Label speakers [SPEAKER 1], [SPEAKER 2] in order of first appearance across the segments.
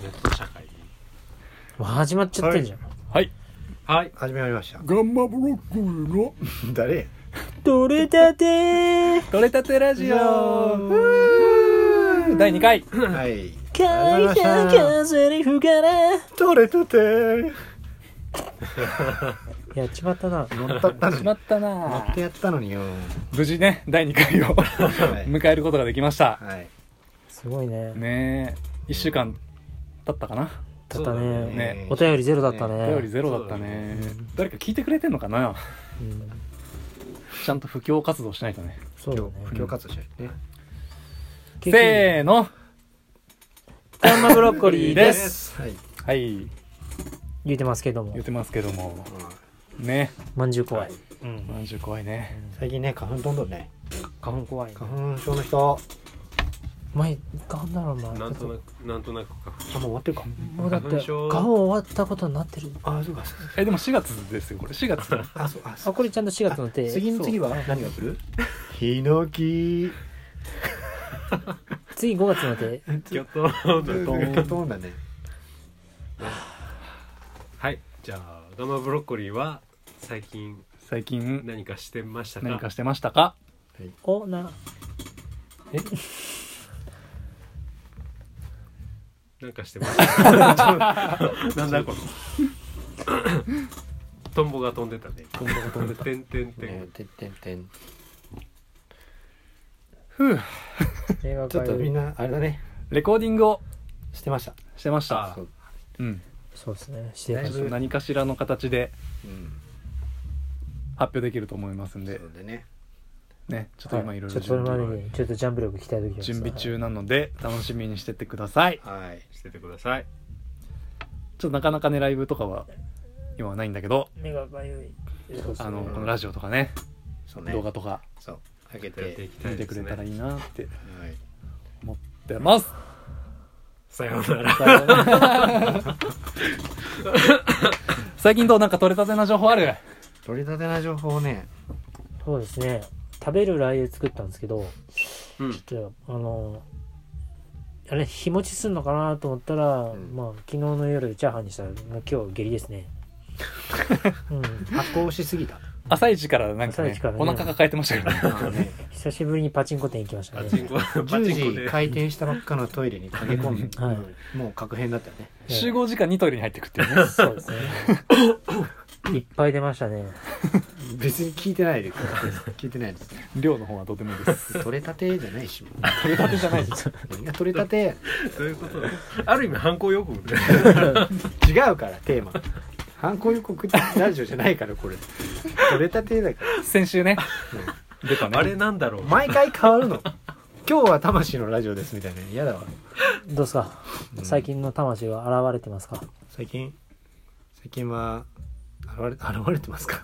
[SPEAKER 1] ネット社会
[SPEAKER 2] もう始まっちゃってんじゃん。
[SPEAKER 3] はい。
[SPEAKER 1] はい
[SPEAKER 4] 始まりました
[SPEAKER 3] ガンマブロックの
[SPEAKER 4] 誰
[SPEAKER 2] 取れたてー
[SPEAKER 3] 取れたてラジオ第2回
[SPEAKER 4] はい
[SPEAKER 2] 海
[SPEAKER 4] りがとうござい
[SPEAKER 2] 岸
[SPEAKER 4] ました
[SPEAKER 2] 風に吹かれ
[SPEAKER 4] 取れたて
[SPEAKER 2] やっちまったな。
[SPEAKER 4] 乗ったったの
[SPEAKER 3] し
[SPEAKER 4] に乗
[SPEAKER 3] まったな
[SPEAKER 4] ってやったのによ
[SPEAKER 3] 無事ね、第2回を
[SPEAKER 4] はい、
[SPEAKER 3] 迎えることができました。
[SPEAKER 4] はい、
[SPEAKER 2] すごいね。
[SPEAKER 3] ねえ、1週間経ったかな
[SPEAKER 2] だった
[SPEAKER 1] そうだ
[SPEAKER 2] ね。
[SPEAKER 4] ね
[SPEAKER 2] お便りゼロだったね。
[SPEAKER 3] お便りゼロだったね。誰か聞いてくれてんのかな
[SPEAKER 2] うん
[SPEAKER 3] ちゃんと布教活動しないとね。
[SPEAKER 2] そうだね。
[SPEAKER 4] 不況活動しないとね
[SPEAKER 3] せーの
[SPEAKER 2] ガンマブロッコリーで。
[SPEAKER 3] ですす
[SPEAKER 4] はい、うん
[SPEAKER 3] はい、
[SPEAKER 2] 言うてますけども
[SPEAKER 3] 言っ。てますけども。ね
[SPEAKER 2] まんじゅう怖い。
[SPEAKER 3] え、まんじゅう怖いね。
[SPEAKER 4] 最近ね花粉どんどんね
[SPEAKER 2] 花粉怖い。
[SPEAKER 4] 花粉症の人
[SPEAKER 2] お前、花粉だろ、お前。
[SPEAKER 1] なんとなくなんとなくか
[SPEAKER 4] あもう終わってるか
[SPEAKER 2] もうだって、花
[SPEAKER 1] 花粉症
[SPEAKER 2] 粉終わったことになってる。
[SPEAKER 4] あそうかそうか
[SPEAKER 3] え、でも4月ですよ、これ。4月。
[SPEAKER 4] あそうあそ
[SPEAKER 2] あ、
[SPEAKER 4] う
[SPEAKER 2] これちゃんと4月の手。
[SPEAKER 4] 次の次は何が来るヒノキ
[SPEAKER 2] 次5月の手。
[SPEAKER 1] きょっと
[SPEAKER 4] ト ーンだね
[SPEAKER 1] はいじゃあガンマブロッコリーは最近
[SPEAKER 3] 最近、
[SPEAKER 1] 何かしてましたか
[SPEAKER 3] 何かしてましたか
[SPEAKER 2] お、な、
[SPEAKER 1] なんかしてまし たなんだこの トンボが飛んでたね
[SPEAKER 3] どんどん飛んでた。
[SPEAKER 1] てんてんて
[SPEAKER 4] ね
[SPEAKER 1] ん
[SPEAKER 4] てってんてん
[SPEAKER 2] 映画
[SPEAKER 4] ちょっとみん
[SPEAKER 2] 会。
[SPEAKER 4] なあれだね
[SPEAKER 3] レコーディングを
[SPEAKER 4] してました
[SPEAKER 3] してました
[SPEAKER 1] そ。
[SPEAKER 3] うん。
[SPEAKER 2] そうですね。して
[SPEAKER 4] だいぶ
[SPEAKER 3] 何かしらの形で
[SPEAKER 4] うん
[SPEAKER 3] 発表できると思いますん
[SPEAKER 4] そう
[SPEAKER 3] で、
[SPEAKER 4] だね
[SPEAKER 3] ね、ちょっと今いろい
[SPEAKER 2] ちょ
[SPEAKER 3] ろ
[SPEAKER 2] っとそれ
[SPEAKER 3] 準
[SPEAKER 2] まで
[SPEAKER 3] 備
[SPEAKER 2] に、ちょっとジャンプ力鍛えておきます。
[SPEAKER 3] 準備中なので、楽しみにしてってください。
[SPEAKER 4] はい
[SPEAKER 1] しててください
[SPEAKER 3] ちょっとなかなかね、ライブとかは今はないんだけど、
[SPEAKER 2] 目がかゆい。
[SPEAKER 3] あの、このラジオとかね、
[SPEAKER 4] そうね
[SPEAKER 3] 動画とか
[SPEAKER 4] そう開け
[SPEAKER 1] やって
[SPEAKER 4] て
[SPEAKER 1] いきた
[SPEAKER 3] 見
[SPEAKER 1] い
[SPEAKER 3] て
[SPEAKER 1] で
[SPEAKER 3] く
[SPEAKER 1] す
[SPEAKER 3] れたら
[SPEAKER 1] ね
[SPEAKER 3] いいなって
[SPEAKER 4] はい
[SPEAKER 3] 思ってます。
[SPEAKER 1] さようなら
[SPEAKER 3] 最近どうなんか取れたてな情報ある
[SPEAKER 4] 取り立てな情報をね
[SPEAKER 2] そうですね。食べるラー油作ったんですけど、
[SPEAKER 1] うん
[SPEAKER 2] ちょっと、あの、あれ、日持ちすんのかなと思ったら、
[SPEAKER 4] ん
[SPEAKER 2] まあ、昨日の夜、チャーハンにしたら、もう今日、下痢ですね。うん、
[SPEAKER 4] 発行しすぎた
[SPEAKER 3] 朝一からなんか
[SPEAKER 2] 朝
[SPEAKER 3] ね
[SPEAKER 2] 一から、ね
[SPEAKER 3] お腹抱えてましたけどね。
[SPEAKER 2] 久しぶりにパチンコ店行きました
[SPEAKER 1] パ
[SPEAKER 2] ね。
[SPEAKER 1] チンコパチンコ
[SPEAKER 4] 10時
[SPEAKER 1] で
[SPEAKER 4] 開店したばっかのトイレに駆け込んで、
[SPEAKER 2] はい
[SPEAKER 4] もう確変だったよね
[SPEAKER 2] ええ
[SPEAKER 3] 集合時間にトイレに入ってくっていう ね。
[SPEAKER 2] そうですね。いっぱい出ましたね。
[SPEAKER 4] 別に聞いてないで聞いてないです
[SPEAKER 3] 量の方はとてもです。
[SPEAKER 4] 取れたてじゃないしも
[SPEAKER 3] 取れたてじゃないです。
[SPEAKER 4] うみんな取れたて
[SPEAKER 1] そういうことある意味犯行予告で
[SPEAKER 4] 違うからテーマ犯行予告ラジオじゃないからこれ取れたてだから
[SPEAKER 3] 先週ね、出たね。
[SPEAKER 1] あれなんだろう
[SPEAKER 4] 毎回変わるの今日は魂のラジオですみたいな嫌だわ
[SPEAKER 2] どうですか、
[SPEAKER 4] うん
[SPEAKER 2] 最近の魂は現れてますか
[SPEAKER 4] 最近最近は現れ現れてますか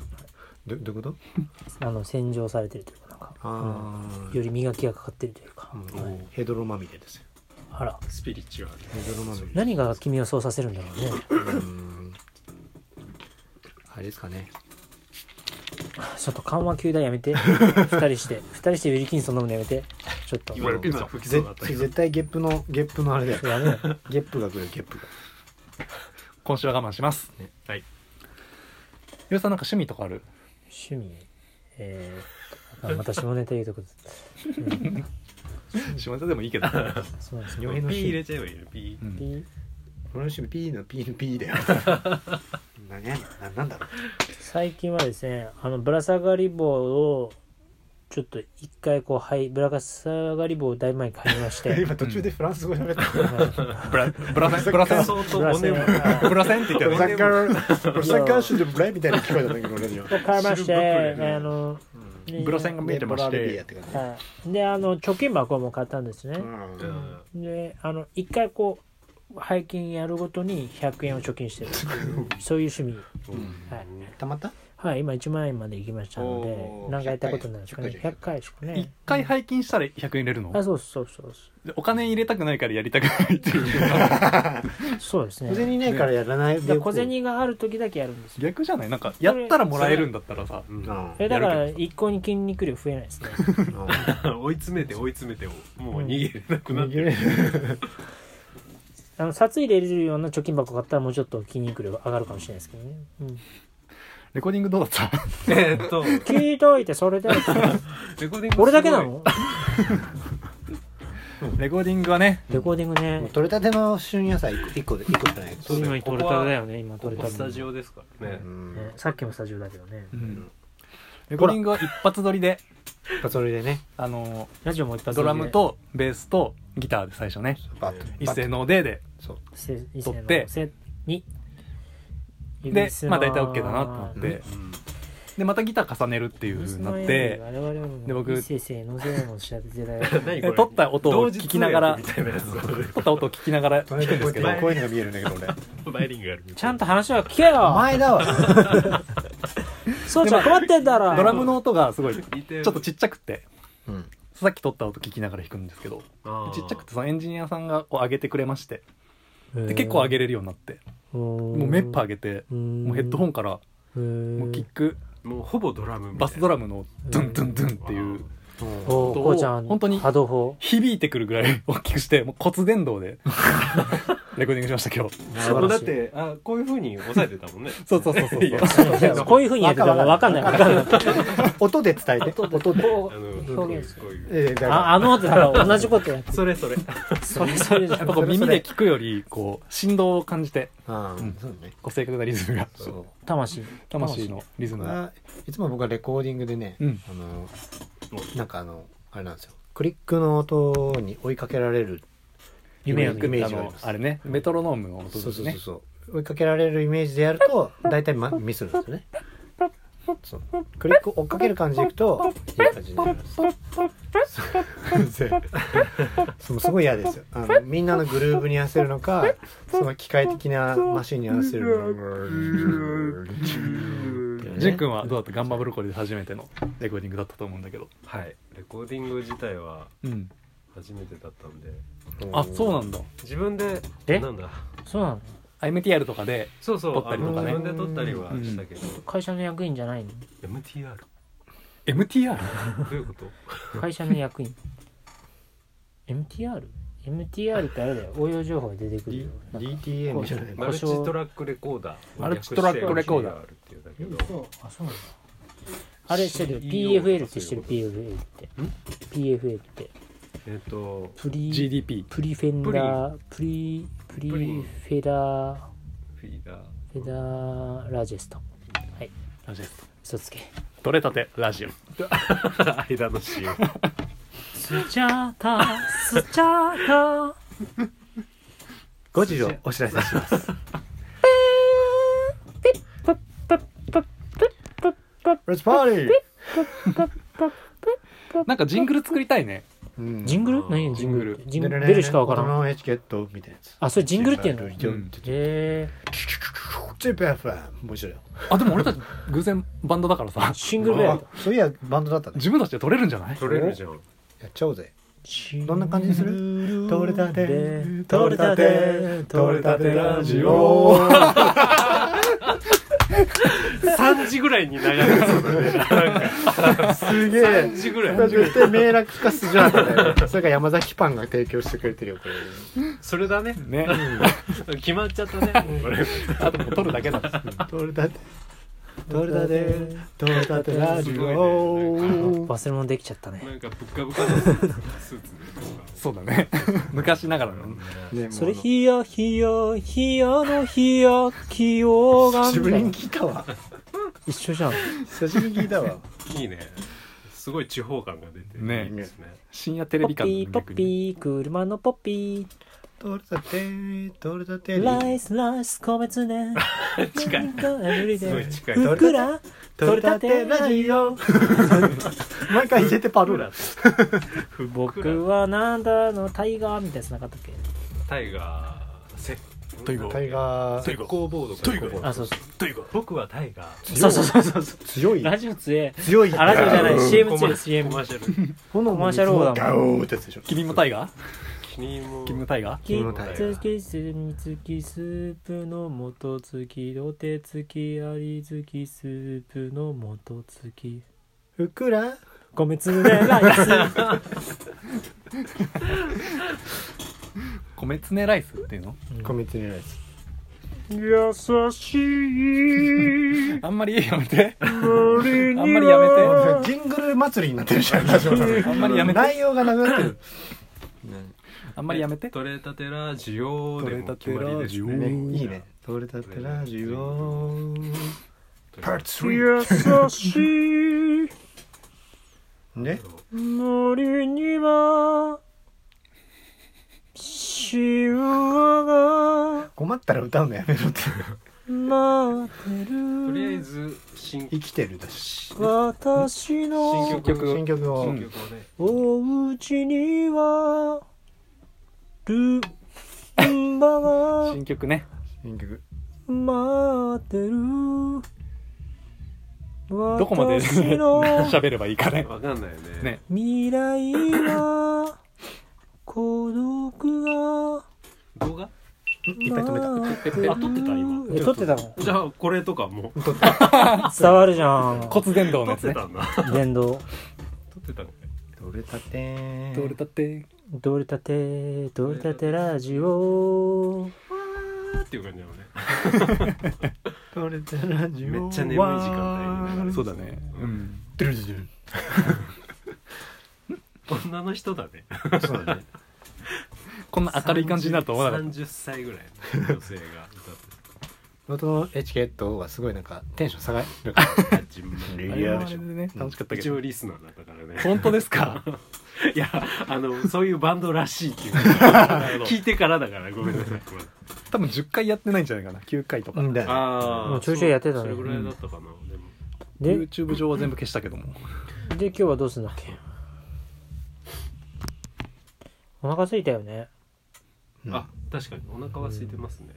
[SPEAKER 4] どどういうこと
[SPEAKER 2] あの、洗浄されてるというか、なんか、
[SPEAKER 4] あ
[SPEAKER 2] うん
[SPEAKER 4] ー
[SPEAKER 2] より磨きがかかってるというか。
[SPEAKER 4] もうヘドロまみれですよ
[SPEAKER 2] あら。
[SPEAKER 1] スピリチュアル
[SPEAKER 4] ヘドロまみれ
[SPEAKER 2] 何が君をそうさせるんだろうね。
[SPEAKER 4] うんあれですかね
[SPEAKER 2] ちょっと緩和球団やめて。二人して。二人してウィルキンソン飲むのやめて。ちょっと。
[SPEAKER 1] 今
[SPEAKER 2] や
[SPEAKER 1] の今不起訴
[SPEAKER 4] 絶
[SPEAKER 1] だったけど
[SPEAKER 4] 絶対ゲップのゲップのあれだよ
[SPEAKER 2] めよ。
[SPEAKER 4] ゲップが来るゲップが
[SPEAKER 3] 今週は我慢します。
[SPEAKER 1] はい
[SPEAKER 3] ゆうさんなんか趣味とかある
[SPEAKER 2] 趣味。えー、あまた下ネタ言うとこ。
[SPEAKER 3] 下ネタでもいいけど。
[SPEAKER 2] そうなんです
[SPEAKER 1] ピ
[SPEAKER 2] よ。
[SPEAKER 4] 傭兵の
[SPEAKER 1] ー
[SPEAKER 4] 趣
[SPEAKER 1] 入れ
[SPEAKER 4] 味
[SPEAKER 1] ちゃえばいいのピ
[SPEAKER 3] う
[SPEAKER 1] ー
[SPEAKER 3] ん
[SPEAKER 2] ピ
[SPEAKER 4] 俺の趣味 P の P の P だよ何やななんだろう
[SPEAKER 2] 最近はですね、あの、ぶら下がり棒を、ちょっと一回こう、はい、ぶら下がり棒をだいぶ前に買いまし て。
[SPEAKER 4] 今途中でフランス語喋った
[SPEAKER 3] ブラ、ブラセン、ブラセン、
[SPEAKER 1] 相当
[SPEAKER 2] ぶら
[SPEAKER 1] お
[SPEAKER 2] 下
[SPEAKER 1] ね
[SPEAKER 2] が
[SPEAKER 1] む
[SPEAKER 3] ブラセンって言ってた
[SPEAKER 4] ブ
[SPEAKER 3] よ
[SPEAKER 4] ラ
[SPEAKER 3] ね。
[SPEAKER 4] ザッカーブラザッカーシュでブレみたいな聞こえたんだけど俺には
[SPEAKER 2] 買いまし
[SPEAKER 1] シルバ
[SPEAKER 2] て
[SPEAKER 1] ー、プレー
[SPEAKER 2] あの、ね
[SPEAKER 3] ブラセンが見えてまし
[SPEAKER 4] ブラルビア
[SPEAKER 3] て
[SPEAKER 4] っ。て感じ
[SPEAKER 2] はい。で、あの、貯金箱も買ったんですね。
[SPEAKER 4] うん
[SPEAKER 1] うん
[SPEAKER 2] であの一回こう拝金やるごとに100円を貯金してるそういう趣味、はい、
[SPEAKER 4] たまった
[SPEAKER 2] はい、今1万円まで行きましたの
[SPEAKER 4] お
[SPEAKER 2] で
[SPEAKER 4] ー
[SPEAKER 2] 何回やったことになるんですかね
[SPEAKER 4] 100回
[SPEAKER 2] 100回しか
[SPEAKER 3] 一
[SPEAKER 2] ね
[SPEAKER 3] 回拝金したら100円入れるの
[SPEAKER 2] あそうそうそうそ
[SPEAKER 3] でお金入れたくないからやりたくないっていう。
[SPEAKER 2] うそうです
[SPEAKER 4] 小
[SPEAKER 2] ね
[SPEAKER 4] 銭ないからやらない
[SPEAKER 2] だから小銭がある時だけやるんですよ
[SPEAKER 3] 逆じゃないなんか、やったらもらえるんだったらさ。
[SPEAKER 1] う
[SPEAKER 4] う
[SPEAKER 1] ん
[SPEAKER 4] ん
[SPEAKER 2] えだか
[SPEAKER 3] や
[SPEAKER 2] ら一向に筋肉量増えないですね
[SPEAKER 1] 追い詰めて追い詰めてもう逃げれなくな
[SPEAKER 4] 逃
[SPEAKER 1] って
[SPEAKER 4] げれる
[SPEAKER 2] あの札入れれるような貯金箱買ったらもうちょっと筋肉量が上がるかもしれないですけどね、うん、
[SPEAKER 3] レコーディングどうだった
[SPEAKER 1] えーっと
[SPEAKER 2] 聞いといてそれで
[SPEAKER 1] レコーディング
[SPEAKER 2] 俺だけなの
[SPEAKER 3] レコーディングはね、
[SPEAKER 2] レコーディン
[SPEAKER 4] も
[SPEAKER 2] グ
[SPEAKER 4] う
[SPEAKER 2] ね
[SPEAKER 4] 取れたての旬野菜1個で1個じゃない
[SPEAKER 1] そうだよ
[SPEAKER 2] 今取れただよね今
[SPEAKER 1] こ
[SPEAKER 2] 取れ
[SPEAKER 1] こ
[SPEAKER 2] た
[SPEAKER 1] スタジオですからね、
[SPEAKER 4] うん
[SPEAKER 2] ね、さっきもスタジオだけどね
[SPEAKER 3] レコーディングは一発撮りで、
[SPEAKER 4] やっぱそれでね
[SPEAKER 3] あの
[SPEAKER 2] ラジオも一発撮りで
[SPEAKER 3] ドラムとベースとギターで最初ね
[SPEAKER 4] バッと
[SPEAKER 3] 一斉のでで
[SPEAKER 4] そう
[SPEAKER 2] せ一
[SPEAKER 3] 撮って
[SPEAKER 2] せに
[SPEAKER 3] でまあ大体 OK だなと思って、
[SPEAKER 1] うん
[SPEAKER 3] でまたギター重ねるっていう風になって
[SPEAKER 2] で
[SPEAKER 3] で
[SPEAKER 2] 僕
[SPEAKER 3] 僕
[SPEAKER 2] 一世生のゼロの下でだよ
[SPEAKER 1] 何こ
[SPEAKER 3] で
[SPEAKER 1] れ
[SPEAKER 3] 撮った音を聞きながら
[SPEAKER 1] 同時通訳みたいなやつ
[SPEAKER 3] 撮った音を聞きながら
[SPEAKER 4] 隣でこう やって
[SPEAKER 1] 前
[SPEAKER 4] こういうのが見えるんだけど俺
[SPEAKER 1] をバイリンガルみたいな
[SPEAKER 2] ちゃんと話は聞けよ
[SPEAKER 4] 前だわ
[SPEAKER 2] そうちゃん困ってんだろ
[SPEAKER 3] ドラムの音がすごいち
[SPEAKER 1] 似て
[SPEAKER 3] ょ
[SPEAKER 1] る
[SPEAKER 3] っとちっちゃくて
[SPEAKER 4] うん
[SPEAKER 3] さっき撮った音聞きながら弾くんですけど
[SPEAKER 1] あー
[SPEAKER 3] ちっちゃくてそのエンジニアさんがこう上げてくれましてで結構上げれるようになって
[SPEAKER 2] も
[SPEAKER 3] もうメッパー上げても
[SPEAKER 2] も
[SPEAKER 3] うヘッドホ
[SPEAKER 2] ン
[SPEAKER 3] ンからも
[SPEAKER 2] も
[SPEAKER 3] うキック
[SPEAKER 1] もうほぼドラムみたいな
[SPEAKER 3] バスドラムのドゥンドゥンドゥンっていう
[SPEAKER 2] お
[SPEAKER 3] 音を
[SPEAKER 2] こうちゃん
[SPEAKER 3] 本当に
[SPEAKER 2] 波動 砲
[SPEAKER 3] 響いてくるぐらい大きくしてもう骨伝 導でレコーディングしました今日
[SPEAKER 1] そこだってあこういうふうに抑えてたもんね
[SPEAKER 3] そうそうそうそう
[SPEAKER 1] いや
[SPEAKER 2] こういうふうにやってたら分かんない分かんない
[SPEAKER 4] 音で伝えて音で
[SPEAKER 1] あの
[SPEAKER 2] 表現す
[SPEAKER 1] こういう
[SPEAKER 4] えーだから
[SPEAKER 2] ああの音だから同じことやって
[SPEAKER 1] それそれ
[SPEAKER 2] それそれじゃ
[SPEAKER 3] やっぱこう耳で聞くよりこう振動を感じて
[SPEAKER 4] う
[SPEAKER 3] うん
[SPEAKER 4] んそうね
[SPEAKER 3] こう正確なリズムが
[SPEAKER 4] そう
[SPEAKER 2] 魂
[SPEAKER 3] 魂のリズムが
[SPEAKER 4] いつも僕はレコーディングでね、
[SPEAKER 3] うん
[SPEAKER 4] あのなんかあのあれなんですよクリックの音に追いかけられる
[SPEAKER 2] 夢を
[SPEAKER 4] イ
[SPEAKER 2] 見
[SPEAKER 4] メ
[SPEAKER 2] る
[SPEAKER 4] ー
[SPEAKER 3] あ
[SPEAKER 4] ジがあり
[SPEAKER 3] の
[SPEAKER 4] ます
[SPEAKER 3] あれねメトロノームの音ですね
[SPEAKER 4] そうそうそうそう追いかけられるイメージでやると大体、ま、ミスるんですよねそうクリック追っかける感じでいくといい感じになります そうすごい嫌ですよあのみんなのグルーブに合わせるのかその機械的なマシンに合わせるのか
[SPEAKER 3] ジュン君はどうだったガンバブロッコリーで初めてのレコーディングだったと思うんだけど
[SPEAKER 1] はいレコーディング自体は
[SPEAKER 3] うん
[SPEAKER 1] 初めてだったんで
[SPEAKER 3] あそうなんだ
[SPEAKER 1] 自分で
[SPEAKER 2] え
[SPEAKER 1] なんだ
[SPEAKER 2] そうなの
[SPEAKER 3] MTR とかで
[SPEAKER 1] そうそう
[SPEAKER 3] 撮ったりとかね
[SPEAKER 1] あの自分で撮ったりはしたけど、
[SPEAKER 2] 会社の役員じゃないの
[SPEAKER 1] MTR
[SPEAKER 3] MTR?
[SPEAKER 1] どういうこと
[SPEAKER 2] 会社の役員 MTR?MTR ってあれだよ応用情報が出てくるよ
[SPEAKER 4] DTM じゃない
[SPEAKER 1] マルチトラックレコーダー
[SPEAKER 3] マルチトラックレコーダー
[SPEAKER 1] を略して MTR っていうんだけど
[SPEAKER 2] あそうなんだあれ知ってる
[SPEAKER 1] CEO
[SPEAKER 2] PFL って知ってる PFL って
[SPEAKER 1] ん
[SPEAKER 2] PFL って
[SPEAKER 1] えっと
[SPEAKER 2] プリ
[SPEAKER 3] GDP
[SPEAKER 2] プリフェンダープリプリ
[SPEAKER 1] プリン
[SPEAKER 2] フェダー
[SPEAKER 1] フィーダー
[SPEAKER 2] フェダーラジェストはい
[SPEAKER 3] ラジオ
[SPEAKER 2] 嘘つけ
[SPEAKER 3] 取れたてラジオ
[SPEAKER 1] 間の CM
[SPEAKER 2] スチャータースチャーター
[SPEAKER 4] 5時をお知らせします
[SPEAKER 2] プップップップップップッ
[SPEAKER 4] レッツパーティー
[SPEAKER 3] なんかジングル作りたいね
[SPEAKER 4] うん
[SPEAKER 2] ジングル何やジングルジングル出るしかわからん
[SPEAKER 4] のエチケットみたいなやつ。
[SPEAKER 2] あそれジングルっていうのへ
[SPEAKER 4] ジングル
[SPEAKER 3] うん
[SPEAKER 2] え
[SPEAKER 4] チップ FM 面白いよ。
[SPEAKER 3] あでも俺たち偶然バンドだからさ
[SPEAKER 2] シングルベル
[SPEAKER 4] あそういやバンドだったね。
[SPEAKER 3] 自分たちで取れるんじゃない
[SPEAKER 1] 撮れるじゃん
[SPEAKER 4] やっちゃおうぜ。
[SPEAKER 2] ど
[SPEAKER 4] どんな感じにする？取れたて、取れたて、取れたてラジ
[SPEAKER 3] オ
[SPEAKER 4] オ。
[SPEAKER 1] 3時ぐらいに流れる
[SPEAKER 4] すげえ
[SPEAKER 1] 3。時ぐらい
[SPEAKER 4] 絶対迷惑かすじゃん。それから山崎パンが提供してくれてるよこれ。
[SPEAKER 1] それだね
[SPEAKER 3] ね
[SPEAKER 1] 決まっちゃったねこれ
[SPEAKER 3] あともう取るだけだ
[SPEAKER 4] 取れたて、取れたて、取れたてラジオ。
[SPEAKER 2] 忘れ物できちゃったね
[SPEAKER 1] なんかぶっかぶかのスーツ
[SPEAKER 3] そうだね昔ながらの
[SPEAKER 4] ねもう
[SPEAKER 2] それひやひやひやのひやきようが
[SPEAKER 4] 久しぶりに聞いた わ。
[SPEAKER 2] 一緒じゃん
[SPEAKER 4] 久しぶりに聞いたわ。
[SPEAKER 1] でいいねすごい地方感が出てる
[SPEAKER 3] ね
[SPEAKER 1] いいですね
[SPEAKER 3] 深夜テレ
[SPEAKER 2] ポ
[SPEAKER 3] ビ
[SPEAKER 2] ッ
[SPEAKER 3] 感
[SPEAKER 2] ピー
[SPEAKER 3] の
[SPEAKER 2] ポッ
[SPEAKER 3] 逆に
[SPEAKER 2] ピー車のポッピ
[SPEAKER 4] 取れたて、取れたて
[SPEAKER 2] ーライスライス米つね近い
[SPEAKER 1] すごい近い
[SPEAKER 2] ふっくら
[SPEAKER 4] 取れたてラジオ 毎回入れてパロラ
[SPEAKER 2] 僕はなんだのタイガーみたいなやつなかったっけ
[SPEAKER 1] タイガーせ
[SPEAKER 3] というこ
[SPEAKER 4] タイガー
[SPEAKER 1] 石膏ボードか
[SPEAKER 3] というこ
[SPEAKER 2] あそうそ
[SPEAKER 1] 僕はタイガー
[SPEAKER 2] うそうそうそうそう
[SPEAKER 4] 強い
[SPEAKER 2] ラジオ強え
[SPEAKER 4] 強い
[SPEAKER 2] あラジオじゃない CM
[SPEAKER 1] コ
[SPEAKER 2] 強
[SPEAKER 1] マ
[SPEAKER 2] い CM
[SPEAKER 1] コマーシャル
[SPEAKER 4] 炎
[SPEAKER 2] マーシャル王だもん
[SPEAKER 4] ガオーってやつでしょ
[SPEAKER 3] 君もタイガー
[SPEAKER 1] 君も
[SPEAKER 3] 君もタイガー
[SPEAKER 2] き
[SPEAKER 4] のタイガ
[SPEAKER 1] ー
[SPEAKER 2] つきすみつきスープの元付き土手付きあり付きスープの元付き
[SPEAKER 4] ふくら
[SPEAKER 2] 米粒でライス
[SPEAKER 3] 米つねライスっていうの
[SPEAKER 4] 米つねライス
[SPEAKER 2] 優しい
[SPEAKER 3] あんまりやめて
[SPEAKER 2] 森には
[SPEAKER 3] あんまりやめて
[SPEAKER 4] あジングル祭りになってるじゃんラジオ
[SPEAKER 3] あんまりやめて
[SPEAKER 4] 内容がなくなってる
[SPEAKER 3] あんまりやめて
[SPEAKER 1] 取れたてラジオ
[SPEAKER 3] 取
[SPEAKER 1] で
[SPEAKER 3] れた
[SPEAKER 1] も
[SPEAKER 3] て
[SPEAKER 1] 決
[SPEAKER 3] ラジオ
[SPEAKER 1] まりで
[SPEAKER 3] う
[SPEAKER 1] すね
[SPEAKER 3] ん
[SPEAKER 4] ねいいね取れたてラジオパート3
[SPEAKER 2] 優しい
[SPEAKER 4] ね
[SPEAKER 2] 森に は神話が
[SPEAKER 4] 困ったら歌うのやめろって
[SPEAKER 2] 待って
[SPEAKER 1] とりあえ
[SPEAKER 2] る
[SPEAKER 1] ず新
[SPEAKER 4] 生きてるだし
[SPEAKER 2] 私の
[SPEAKER 1] 新曲
[SPEAKER 4] 新曲を
[SPEAKER 1] 新曲をね
[SPEAKER 2] お家にはルンバが
[SPEAKER 3] 新曲ね
[SPEAKER 4] 新曲
[SPEAKER 2] 待ってる
[SPEAKER 3] どこまで
[SPEAKER 2] 私の
[SPEAKER 3] 喋ればいいかね
[SPEAKER 1] わかんないよね
[SPEAKER 3] ね
[SPEAKER 2] 未来は孤独が
[SPEAKER 1] 動画
[SPEAKER 4] ん一回止め
[SPEAKER 2] 待
[SPEAKER 1] えあ撮ってた今
[SPEAKER 2] え撮ってたの
[SPEAKER 1] じゃあこれとかもう
[SPEAKER 2] 伝わるじゃん
[SPEAKER 3] 骨伝導の
[SPEAKER 1] 撮
[SPEAKER 3] や
[SPEAKER 1] っ
[SPEAKER 3] つ
[SPEAKER 1] て
[SPEAKER 3] ね
[SPEAKER 1] たんだ
[SPEAKER 2] 電動
[SPEAKER 1] 撮ってたんかい
[SPEAKER 4] た取れたて
[SPEAKER 3] どれだって
[SPEAKER 2] どれたてどれたてラジオ
[SPEAKER 1] あーっていう感じなのね
[SPEAKER 4] 取れたラジオ
[SPEAKER 1] めっちゃ眠い時間帯にね
[SPEAKER 3] そうだねうん
[SPEAKER 4] ドゥルドゥル
[SPEAKER 1] 女の人だね
[SPEAKER 4] ドゥルそうだね
[SPEAKER 3] こんな明るい感じになると思わなかっ
[SPEAKER 1] 30歳ぐらいの女性が歌って
[SPEAKER 4] 元のエチケットはすごいなんかテンション下がる
[SPEAKER 1] たあ自分も
[SPEAKER 4] レ
[SPEAKER 3] た
[SPEAKER 4] イ
[SPEAKER 3] あ
[SPEAKER 4] ヤー
[SPEAKER 3] れは
[SPEAKER 4] で
[SPEAKER 3] あれ
[SPEAKER 4] し
[SPEAKER 3] で
[SPEAKER 4] ょ
[SPEAKER 3] ね楽しかったけ
[SPEAKER 1] 一
[SPEAKER 3] ど
[SPEAKER 1] 応リスナーだったからね
[SPEAKER 3] 本当ですか
[SPEAKER 1] いやあのそういうバンドらしいっていう聞いてからだからごめんなさい
[SPEAKER 3] 多分10回やってないんじゃないかな9回とか
[SPEAKER 4] うんだよね
[SPEAKER 1] あ
[SPEAKER 2] もうちょいちょいやってたね
[SPEAKER 1] それぐらいだったかなでも
[SPEAKER 2] で
[SPEAKER 3] YouTube 上は全部消したけども
[SPEAKER 2] で今日はどうすんだっけお腹空いたよね
[SPEAKER 4] うん
[SPEAKER 1] あ確かにお腹は空いてますね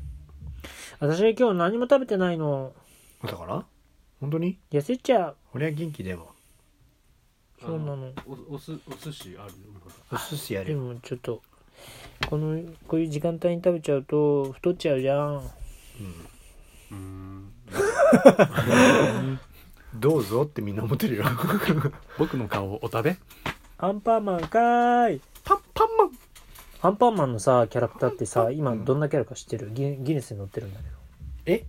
[SPEAKER 2] 私今日何も食べてないの
[SPEAKER 4] だから本当に
[SPEAKER 2] 痩せちゃう
[SPEAKER 4] 俺は元気でも
[SPEAKER 1] あ
[SPEAKER 2] そうなの
[SPEAKER 1] おおすお寿司ある
[SPEAKER 4] お寿司やれ
[SPEAKER 2] で
[SPEAKER 4] よ
[SPEAKER 2] もちょっとこのこういう時間帯に食べちゃうと太っちゃうじゃん
[SPEAKER 1] うーん
[SPEAKER 4] どうぞってみんな思ってるよ
[SPEAKER 3] 僕の顔をお食べ
[SPEAKER 2] アンパンマンかーい
[SPEAKER 4] パンパンマン
[SPEAKER 2] アンパンマンのさキャラクターってさ今
[SPEAKER 4] うん
[SPEAKER 2] どんなキャラか知ってるギネギネスに載ってるんだけ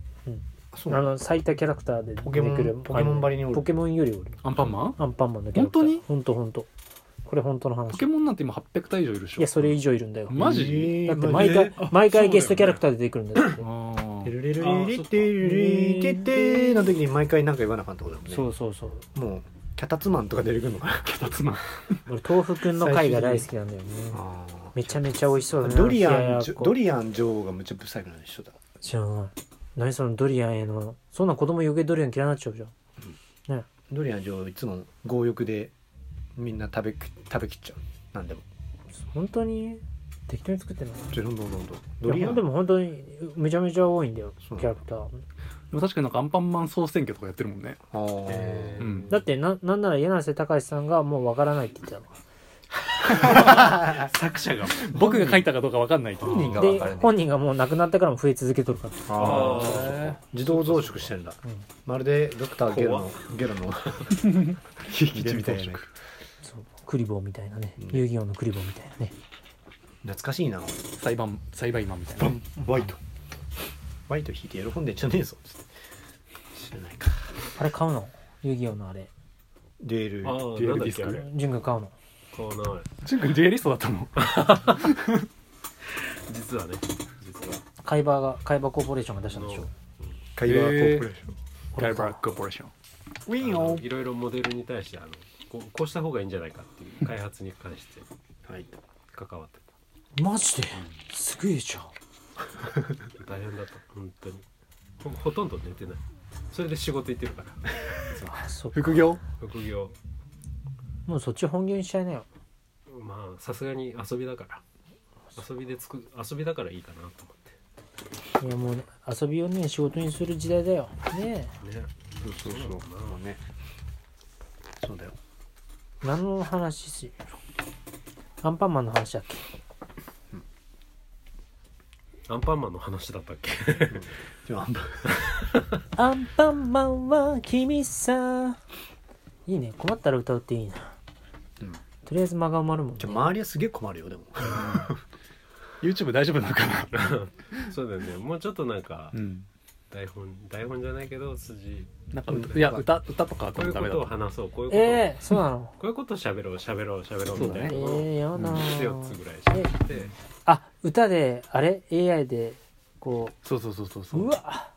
[SPEAKER 4] そうな
[SPEAKER 2] どあ
[SPEAKER 4] の
[SPEAKER 2] の最多キャラクターで
[SPEAKER 4] ポケモン
[SPEAKER 2] 出てくる
[SPEAKER 4] ポケモンばりにおる
[SPEAKER 2] ポケモンよりおる
[SPEAKER 3] アンパンマン
[SPEAKER 2] アンパンマンのキャラクター
[SPEAKER 3] 本当に
[SPEAKER 2] 本当本当これ本当の話
[SPEAKER 3] ポケモンなんて今800体以上いるでしょ
[SPEAKER 2] いやそれ以上いるんだよ
[SPEAKER 3] マジ
[SPEAKER 2] だって毎回、毎回ゲストキャラクターで出てくるんだよ
[SPEAKER 3] あー
[SPEAKER 4] テルレルリリテルリテテの時に毎回なんか言わなあかんってことだもんね
[SPEAKER 2] そうそうそう
[SPEAKER 4] もうキャタツマンとか出てくるのかな
[SPEAKER 3] キャタツマン
[SPEAKER 2] 俺豆腐くんの回が大好きなんだよね
[SPEAKER 4] あー
[SPEAKER 2] めちゃめちゃ美味しそうだね
[SPEAKER 4] ドリ
[SPEAKER 2] 冷や
[SPEAKER 4] アン
[SPEAKER 2] やっこ
[SPEAKER 4] ドリアン女王がむっちゃブサイクな人だ
[SPEAKER 2] 知らない何そのドリアンへのそんな子供余計ドリアン嫌いになっちゃうじゃん
[SPEAKER 4] ドリアン女王いつも強欲でみんな食べき食べきっちゃうなんでも
[SPEAKER 2] 本当に適当に作ってんの
[SPEAKER 4] ちょどんどんどんどんド
[SPEAKER 2] い
[SPEAKER 4] リ
[SPEAKER 2] や
[SPEAKER 4] アン
[SPEAKER 2] でも本当にめちゃめちゃ多いんだよキ
[SPEAKER 4] そう
[SPEAKER 2] ャラクター
[SPEAKER 3] でも確かになんかアンパンマン総選挙とかやってるもんね
[SPEAKER 4] あー
[SPEAKER 1] えー
[SPEAKER 3] うん
[SPEAKER 2] だってななんなら柳瀬隆さんがもうわからないって言って
[SPEAKER 1] 作者が
[SPEAKER 3] 僕が書いたかどうかわかんないけど
[SPEAKER 4] 本人
[SPEAKER 2] た
[SPEAKER 4] が
[SPEAKER 2] の
[SPEAKER 4] 分
[SPEAKER 2] で
[SPEAKER 4] からない
[SPEAKER 2] 本人がもう亡くなったからも増え続けとるから
[SPEAKER 4] あー
[SPEAKER 1] あ
[SPEAKER 4] 自動増殖してんだ、
[SPEAKER 2] うん
[SPEAKER 4] まるでドクターゲロのゲロ の引きみたいなね
[SPEAKER 2] そうクリボーみたいなね
[SPEAKER 4] うん
[SPEAKER 2] 遊戯王のクリボーみたいなね
[SPEAKER 4] 懐かしいな
[SPEAKER 3] 裁判裁判マンみたいな
[SPEAKER 4] ワイトワイト引いて喜んでんじゃねえぞつって知らないか
[SPEAKER 2] あれ買うの遊戯王のあれ
[SPEAKER 4] デュエルデ
[SPEAKER 1] あー
[SPEAKER 4] ュエ
[SPEAKER 1] な
[SPEAKER 4] ル
[SPEAKER 1] んだ
[SPEAKER 4] ディ
[SPEAKER 1] っ
[SPEAKER 4] ス
[SPEAKER 1] け
[SPEAKER 4] ク
[SPEAKER 1] あれ
[SPEAKER 2] 純が買うの
[SPEAKER 1] こうな
[SPEAKER 3] 淳君デュエリストだったの
[SPEAKER 1] 実はね実は
[SPEAKER 2] カイバーがカイバーコーポレーションが出したんでしょ
[SPEAKER 4] 会話コーポレーシ
[SPEAKER 3] ガイバーコーポレーション
[SPEAKER 4] ョンウィ
[SPEAKER 1] あ
[SPEAKER 4] ーン
[SPEAKER 1] のいろいろモデルに対してあのこうこうした方がいいんじゃないかっていう開発に関して
[SPEAKER 4] はい
[SPEAKER 1] 関わってた
[SPEAKER 2] マジですげえじゃん
[SPEAKER 1] 大変だった本当にほほとんど寝てないそれで仕事行ってるから
[SPEAKER 2] あそっか
[SPEAKER 3] 副業
[SPEAKER 1] 副業
[SPEAKER 2] もうそっち本業にしちゃいなよ
[SPEAKER 1] まあさすがに遊びだから遊びでつく遊びだからいいかなと思
[SPEAKER 2] いやもうね遊びをね仕事にする時代だよね
[SPEAKER 1] ってね
[SPEAKER 4] そうそうそうもうねそうだよ
[SPEAKER 2] え何の話しアンパンマンの話だっけ
[SPEAKER 1] アンパンマンの話だっ たっけ
[SPEAKER 4] でもあんま
[SPEAKER 2] アンパンマンは君さいいね困ったら歌うっていいな、
[SPEAKER 4] うん
[SPEAKER 2] とりあえず間が埋まるもんね
[SPEAKER 4] じゃあ周りはすげえ困るよでも
[SPEAKER 3] YouTube 大丈夫なのかな
[SPEAKER 1] そうだよねもうちょっとなんか
[SPEAKER 3] うん
[SPEAKER 1] 台本台本じゃないけど筋
[SPEAKER 3] なんか歌いや歌歌とか
[SPEAKER 1] こ
[SPEAKER 3] でも
[SPEAKER 1] ういう
[SPEAKER 3] ダ
[SPEAKER 1] こ
[SPEAKER 3] メだ
[SPEAKER 1] と
[SPEAKER 3] っ
[SPEAKER 1] を
[SPEAKER 3] た
[SPEAKER 1] 話そうこういうことを、
[SPEAKER 2] えー、そうなの
[SPEAKER 1] こういうことを喋ろう喋ろう喋ろう
[SPEAKER 3] そうだ
[SPEAKER 1] みた
[SPEAKER 3] ね
[SPEAKER 1] いな
[SPEAKER 2] え
[SPEAKER 1] のを
[SPEAKER 2] ー、やだ
[SPEAKER 1] 4つ
[SPEAKER 2] ー
[SPEAKER 1] ぐらい喋って、
[SPEAKER 2] あ歌であれ AI でこ
[SPEAKER 3] そうそうそうそうそうう
[SPEAKER 2] うわ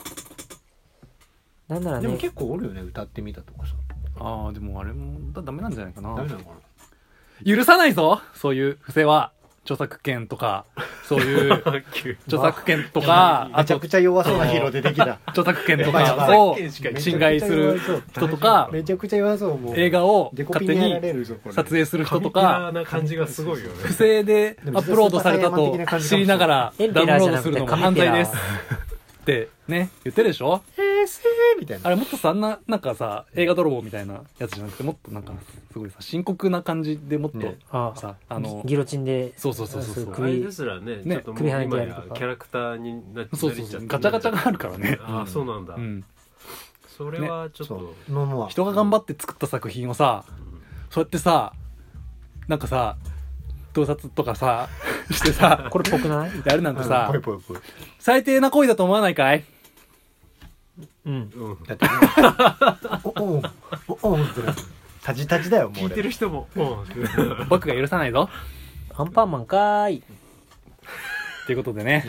[SPEAKER 2] なんなら
[SPEAKER 4] でも
[SPEAKER 2] ね
[SPEAKER 4] 結構おるよね歌ってみたとかさ
[SPEAKER 3] ああでもあれもだダメなんじゃないかな
[SPEAKER 4] ダメなのかな
[SPEAKER 3] 許さないぞそういう不正は著作権とかそう いう
[SPEAKER 1] 急に
[SPEAKER 3] 著作権とかあ
[SPEAKER 4] めちゃ
[SPEAKER 3] と
[SPEAKER 4] くちゃ弱そうなヒーロー出てきた
[SPEAKER 3] 著作権と
[SPEAKER 4] やば
[SPEAKER 3] か
[SPEAKER 4] い
[SPEAKER 3] を
[SPEAKER 1] やばい
[SPEAKER 3] 侵害する人とか
[SPEAKER 4] めちゃくちゃ弱そうもう
[SPEAKER 3] 映画を
[SPEAKER 4] デコ
[SPEAKER 3] 勝
[SPEAKER 4] ピ
[SPEAKER 3] 手
[SPEAKER 4] ンにやら
[SPEAKER 3] に
[SPEAKER 4] れるぞこれ
[SPEAKER 3] 撮影する人と
[SPEAKER 1] 神
[SPEAKER 3] か
[SPEAKER 1] ピラな感じがすごいよね
[SPEAKER 3] 不正でアップロードされたと知りながらダ
[SPEAKER 2] エ
[SPEAKER 3] ウ
[SPEAKER 2] ン
[SPEAKER 3] ン
[SPEAKER 2] ペ
[SPEAKER 3] ロ
[SPEAKER 2] ラーじゃ
[SPEAKER 3] ード
[SPEAKER 2] な
[SPEAKER 3] す
[SPEAKER 2] く
[SPEAKER 3] る
[SPEAKER 2] て
[SPEAKER 3] の
[SPEAKER 2] カ
[SPEAKER 3] も
[SPEAKER 2] ミ
[SPEAKER 3] 犯
[SPEAKER 2] ペ
[SPEAKER 3] 罪
[SPEAKER 2] ラ
[SPEAKER 3] ですってね言ってるでしょ
[SPEAKER 4] 平成みたいな
[SPEAKER 3] あれもっとさあんななんかさ映画泥棒みたいなやつじゃなくてもっとなんかすごいさ深刻な感じでもっと
[SPEAKER 4] ね
[SPEAKER 2] あ
[SPEAKER 3] さあの
[SPEAKER 2] ギロチンで
[SPEAKER 3] そうそうそうそう
[SPEAKER 2] そう
[SPEAKER 1] あ
[SPEAKER 2] 首
[SPEAKER 1] れですらね
[SPEAKER 3] ね
[SPEAKER 1] ちょっともう
[SPEAKER 2] 首跳ねて
[SPEAKER 1] 今
[SPEAKER 2] や
[SPEAKER 1] や
[SPEAKER 2] るとか
[SPEAKER 1] キャラクターにななり
[SPEAKER 3] そうそう
[SPEAKER 1] ちゃ
[SPEAKER 3] そ
[SPEAKER 1] って
[SPEAKER 3] うガチャガチャがあるからね
[SPEAKER 1] ああそうなんだ、
[SPEAKER 3] うん
[SPEAKER 1] それはちょっと、
[SPEAKER 4] そうのもは
[SPEAKER 3] 人が頑張って作った作品をさそうやってさなんかさ盗撮とかさしてさ
[SPEAKER 2] これっぽくない
[SPEAKER 3] やるなんてさ
[SPEAKER 4] ぽいぽいぽい
[SPEAKER 3] 最低な行為だと思わないかい
[SPEAKER 2] うん
[SPEAKER 1] うんうん
[SPEAKER 4] だってねおおんおおんってなるタジタジだよもう
[SPEAKER 1] 聞いて
[SPEAKER 4] 俺
[SPEAKER 1] る人もうん
[SPEAKER 3] 僕が許さないぞ
[SPEAKER 2] アンパンマンかーい
[SPEAKER 3] ということでね、
[SPEAKER 4] ね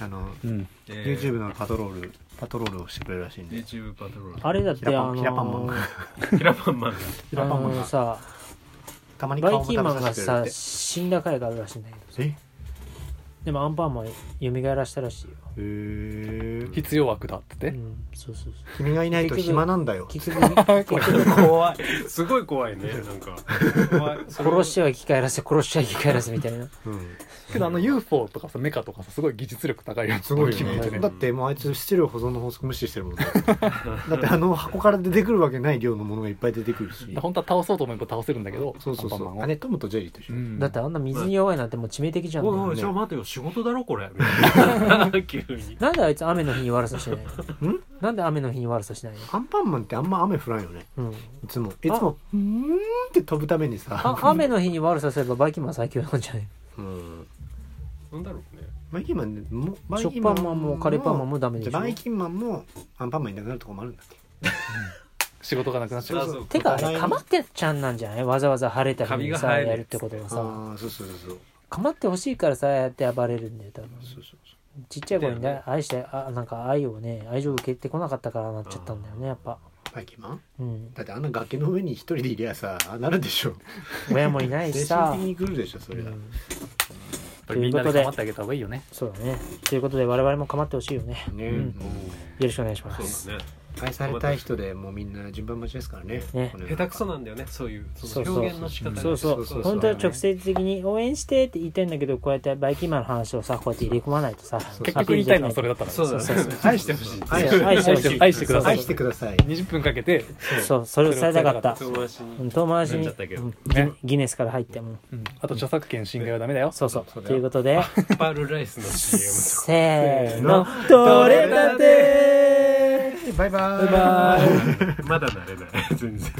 [SPEAKER 4] あの
[SPEAKER 3] うん、
[SPEAKER 1] えー
[SPEAKER 4] YouTube のパトロールパトロールをしてくれるらしいんで
[SPEAKER 1] YouTube パトロー
[SPEAKER 2] あれだって
[SPEAKER 4] キ
[SPEAKER 2] あ
[SPEAKER 4] ラパン
[SPEAKER 2] の
[SPEAKER 4] キラパンマンが
[SPEAKER 2] ー
[SPEAKER 1] ルキラパンマンが
[SPEAKER 4] キ
[SPEAKER 2] あ
[SPEAKER 4] ラパンマン
[SPEAKER 2] の
[SPEAKER 4] が
[SPEAKER 2] さ
[SPEAKER 4] たまに
[SPEAKER 2] バ
[SPEAKER 4] 顔
[SPEAKER 2] イ
[SPEAKER 4] も
[SPEAKER 2] キン
[SPEAKER 4] 食
[SPEAKER 2] マ
[SPEAKER 4] べ
[SPEAKER 2] ン
[SPEAKER 4] さ
[SPEAKER 2] が
[SPEAKER 4] せてくれる
[SPEAKER 2] さ
[SPEAKER 4] って
[SPEAKER 2] 死んだ回があるらしいんだけど
[SPEAKER 4] えへ
[SPEAKER 2] でもアンパンマン蘇らしたらしいよ、
[SPEAKER 4] え
[SPEAKER 3] 必要悪だって
[SPEAKER 2] う
[SPEAKER 3] て、
[SPEAKER 2] ん、そうそうそう
[SPEAKER 4] 君がいないと暇なんだよ
[SPEAKER 2] 結局結局
[SPEAKER 1] 怖いすごい怖いねなんか怖い
[SPEAKER 2] 殺しては生き返らせ殺しては生き返らせみたい
[SPEAKER 4] う
[SPEAKER 2] な
[SPEAKER 4] ん
[SPEAKER 3] けどあの UFO とかさメカとかさすごい技術力高いやつ
[SPEAKER 4] すごい
[SPEAKER 3] 決
[SPEAKER 4] よ
[SPEAKER 3] めて
[SPEAKER 4] ね
[SPEAKER 3] ね
[SPEAKER 4] だってもうあいつ質量保存の法則無視してるもん ねだってあの箱から出てくるわけない量のものがいっぱい出てくるし
[SPEAKER 3] 本当は倒そうと思えば倒せるんだけど
[SPEAKER 4] そうそう
[SPEAKER 3] アン
[SPEAKER 4] そ
[SPEAKER 3] パンマン
[SPEAKER 4] う
[SPEAKER 3] を
[SPEAKER 4] あれトムとジェリーと一
[SPEAKER 3] う
[SPEAKER 4] 緒
[SPEAKER 3] ん
[SPEAKER 2] だってあんな水に弱いなんてもう致命的じゃん、
[SPEAKER 1] おいおい
[SPEAKER 4] ね
[SPEAKER 1] ちょ待てよ仕事だろこれ みたいな急に
[SPEAKER 2] なんであいつ雨の日に悪さしないのなんで雨の日に悪さしないの
[SPEAKER 4] アンパンマンってあんま雨降らんよね
[SPEAKER 2] うん、
[SPEAKER 4] いつもいつもうーんって飛ぶためにさ
[SPEAKER 2] あ雨の日に悪さすればバイキンマン最強なんじゃない
[SPEAKER 4] うん
[SPEAKER 1] なんだろうね
[SPEAKER 4] バイキンマンねもバ
[SPEAKER 2] 食パンマンもカレーパンマンもダメでしょ
[SPEAKER 4] じゃあバイキンマンもアンパンマンいなくなるとこもあるんだっけ
[SPEAKER 3] 仕事がなくなっちゃ
[SPEAKER 1] あ
[SPEAKER 3] う
[SPEAKER 1] そう
[SPEAKER 2] てかあ
[SPEAKER 4] お互い
[SPEAKER 2] れ
[SPEAKER 4] に
[SPEAKER 2] かまってちゃんなんじゃないわざわざ晴れた日
[SPEAKER 1] 髪
[SPEAKER 2] に
[SPEAKER 1] が
[SPEAKER 2] さ
[SPEAKER 1] 生える
[SPEAKER 2] やるってことはさ
[SPEAKER 4] ああそうそうそうそう
[SPEAKER 2] かまってほしいからさやって暴れるんだよ多分
[SPEAKER 4] そうそうそ
[SPEAKER 2] ちっちゃい子に
[SPEAKER 1] だよ
[SPEAKER 2] ね愛してあなんか愛をね愛情を受けてこなかったからなっちゃったんだよねやっぱ
[SPEAKER 4] うバイキンマン
[SPEAKER 2] うん
[SPEAKER 4] だってあの崖の上に一人でいりゃさああなるでしょ
[SPEAKER 2] 親もいないし
[SPEAKER 4] 精
[SPEAKER 2] さ
[SPEAKER 4] 神的に来るでしょそれ
[SPEAKER 2] う
[SPEAKER 4] は
[SPEAKER 2] ん
[SPEAKER 3] やっぱりみんなで構ってあげた方がいいよね
[SPEAKER 2] そうだねということで我々もかまってほしいよね
[SPEAKER 4] ね
[SPEAKER 2] うん
[SPEAKER 4] うん
[SPEAKER 2] よろしくお願いします
[SPEAKER 1] そうだね
[SPEAKER 4] 愛されたい人でもうみんな順番待ちですからね
[SPEAKER 2] ね
[SPEAKER 4] この世の
[SPEAKER 1] 下手
[SPEAKER 4] 中
[SPEAKER 1] くそなんだよねそういう
[SPEAKER 2] そ
[SPEAKER 1] そう
[SPEAKER 2] そ
[SPEAKER 1] の
[SPEAKER 2] う
[SPEAKER 1] 表現の仕方が
[SPEAKER 2] そうそう
[SPEAKER 4] そうそう
[SPEAKER 2] 本当は直接的に応援してって言いたいんだけどこうやってバイキンマンの話をさこうやって入れ込まないとさ
[SPEAKER 3] 結局言いたいのはそれだったから
[SPEAKER 1] そうだ
[SPEAKER 2] そう
[SPEAKER 1] ね愛してほしい
[SPEAKER 4] 愛
[SPEAKER 2] そう愛してほしい
[SPEAKER 3] 愛してください
[SPEAKER 4] 愛してください
[SPEAKER 3] 20分かけて
[SPEAKER 2] そうそれを伝えたかった
[SPEAKER 1] 友達に
[SPEAKER 2] うん遠回し
[SPEAKER 1] 飲ん
[SPEAKER 2] に
[SPEAKER 1] じゃったけど
[SPEAKER 2] うん
[SPEAKER 3] ね
[SPEAKER 2] ギギネスから入っても
[SPEAKER 3] あと著作権侵害はダメだよ
[SPEAKER 2] そうそう
[SPEAKER 4] そうだよ
[SPEAKER 2] ということ で
[SPEAKER 1] パールライスの CM とか
[SPEAKER 2] せーのどれだって
[SPEAKER 4] バイバーイ
[SPEAKER 3] バイバイ
[SPEAKER 1] まだ慣れない全然